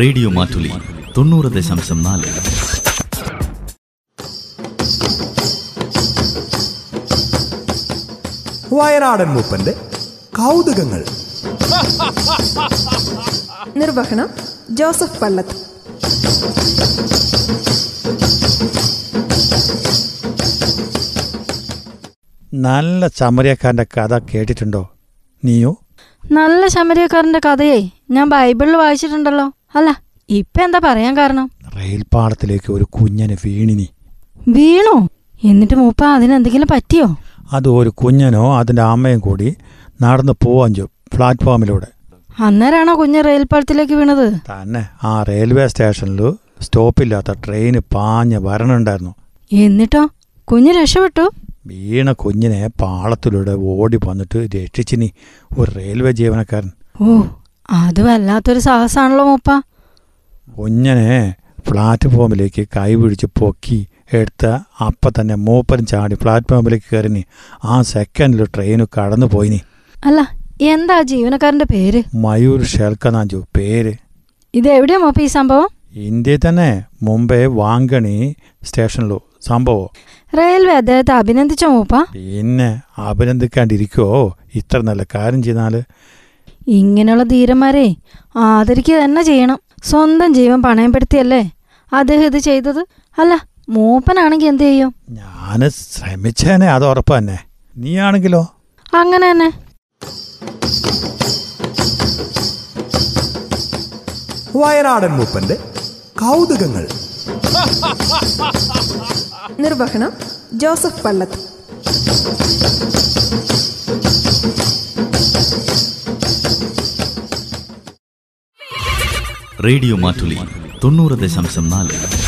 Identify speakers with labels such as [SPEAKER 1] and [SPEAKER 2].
[SPEAKER 1] radio Mattoli തൊണ്ണൂറ് ദശാംശം നാല്
[SPEAKER 2] വയനാടൻ മൂപ്പന്റെ കൗതുകങ്ങൾ
[SPEAKER 3] നിർവഹണം ജോസഫ് പള്ളത്ത്
[SPEAKER 4] നല്ല ചമരിയക്കാരൻ്റെ കഥ കേട്ടിട്ടുണ്ടോ നീയോ
[SPEAKER 5] നല്ല ശമരിയക്കാരന്റെ കഥയെ ഞാൻ ബൈബിളിൽ വായിച്ചിട്ടുണ്ടല്ലോ അല്ല ഇപ്പൊ എന്താ പറയാൻ കാരണം
[SPEAKER 4] റെയിൽപാളത്തിലേക്ക് ഒരു കുഞ്ഞന് വീണിനി
[SPEAKER 5] വീണു എന്നിട്ട് മൂപ്പ അതിനെന്തെങ്കിലും പറ്റിയോ
[SPEAKER 4] അത് ഒരു കുഞ്ഞനോ അതിൻ്റെ അമ്മയും കൂടി നടന്ന് പോവാഞ്ചു പ്ലാറ്റ്ഫോമിലൂടെ
[SPEAKER 5] അന്നേരാണോ കുഞ്ഞ് റെയിൽപ്പാളത്തിലേക്ക് വീണത്
[SPEAKER 4] തന്നെ ആ റെയിൽവേ സ്റ്റേഷനിൽ സ്റ്റോപ്പില്ലാത്ത ട്രെയിന് പാഞ്ഞ് വരണുണ്ടായിരുന്നു
[SPEAKER 5] എന്നിട്ടോ കുഞ്ഞ് രക്ഷപ്പെട്ടു
[SPEAKER 4] വീണ കുഞ്ഞിനെ പാളത്തിലൂടെ ഓടി വന്നിട്ട് രക്ഷിച്ചിനി ഒരു റെയിൽവേ ജീവനക്കാരൻ
[SPEAKER 5] ഓ അത് വല്ലാത്തൊരു സാഹസാണല്ലോ മൂപ്പ
[SPEAKER 4] കുഞ്ഞനെ പ്ലാറ്റ്ഫോമിലേക്ക് കൈ പിടിച്ച് പൊക്കി എടുത്ത അപ്പം തന്നെ മൂപ്പരും ചാടി പ്ലാറ്റ്ഫോമിലേക്ക് കയറിനി ആ സെക്കൻഡിൽ ട്രെയിന് കടന്നു പോയിനി
[SPEAKER 5] അല്ല എന്താ ആ ജീവനക്കാരന്റെ പേര്
[SPEAKER 4] മയൂർ ഷെൽക്കനാഞ്ചു പേര്
[SPEAKER 5] ഇത് എവിടെയാ മൂപ്പ ഈ സംഭവം
[SPEAKER 4] ഇന്ത്യയിൽ തന്നെ മുംബൈ വാങ്കണി സ്റ്റേഷനിലോ സംഭവം
[SPEAKER 5] റെയിൽവേ അദ്ദേഹത്തെ അഭിനന്ദിച്ചോ മൂപ്പ
[SPEAKER 4] പിന്നെ അഭിനന്ദിക്കാണ്ടിരിക്കോ ഇത്ര നല്ല കാര്യം ചെയ്താൽ
[SPEAKER 5] ഇങ്ങനെയുള്ള ധീരന്മാരെ ആദരിക്കുക തന്നെ ചെയ്യണം സ്വന്തം ജീവൻ പണയപ്പെടുത്തിയല്ലേ അദ്ദേഹം ഇത് ചെയ്തത് അല്ല മൂപ്പനാണെങ്കിൽ എന്ത് ചെയ്യും
[SPEAKER 4] ഞാൻ ശ്രമിച്ചേനെ അത് ഉറപ്പ് തന്നെ നീയാണെങ്കിലോ
[SPEAKER 5] അങ്ങനെ തന്നെ
[SPEAKER 2] വയനാടൻ മൂപ്പന്റെ കൗതുകങ്ങൾ
[SPEAKER 3] നിർവഹണം ജോസഫ് പള്ളത്ത്
[SPEAKER 1] റേഡിയോ മാറ്റുലി തൊണ്ണൂറ് ദശാംശം നാല്